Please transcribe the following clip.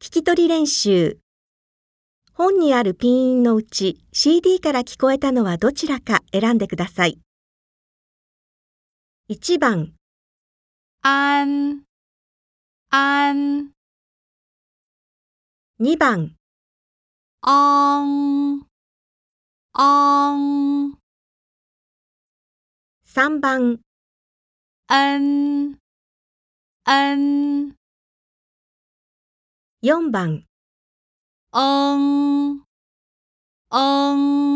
聞き取り練習。本にあるピンのうち CD から聞こえたのはどちらか選んでください。1番、 an, an, 2番、 ong, ong, 3番、 n, n, 4番。 ong, ong.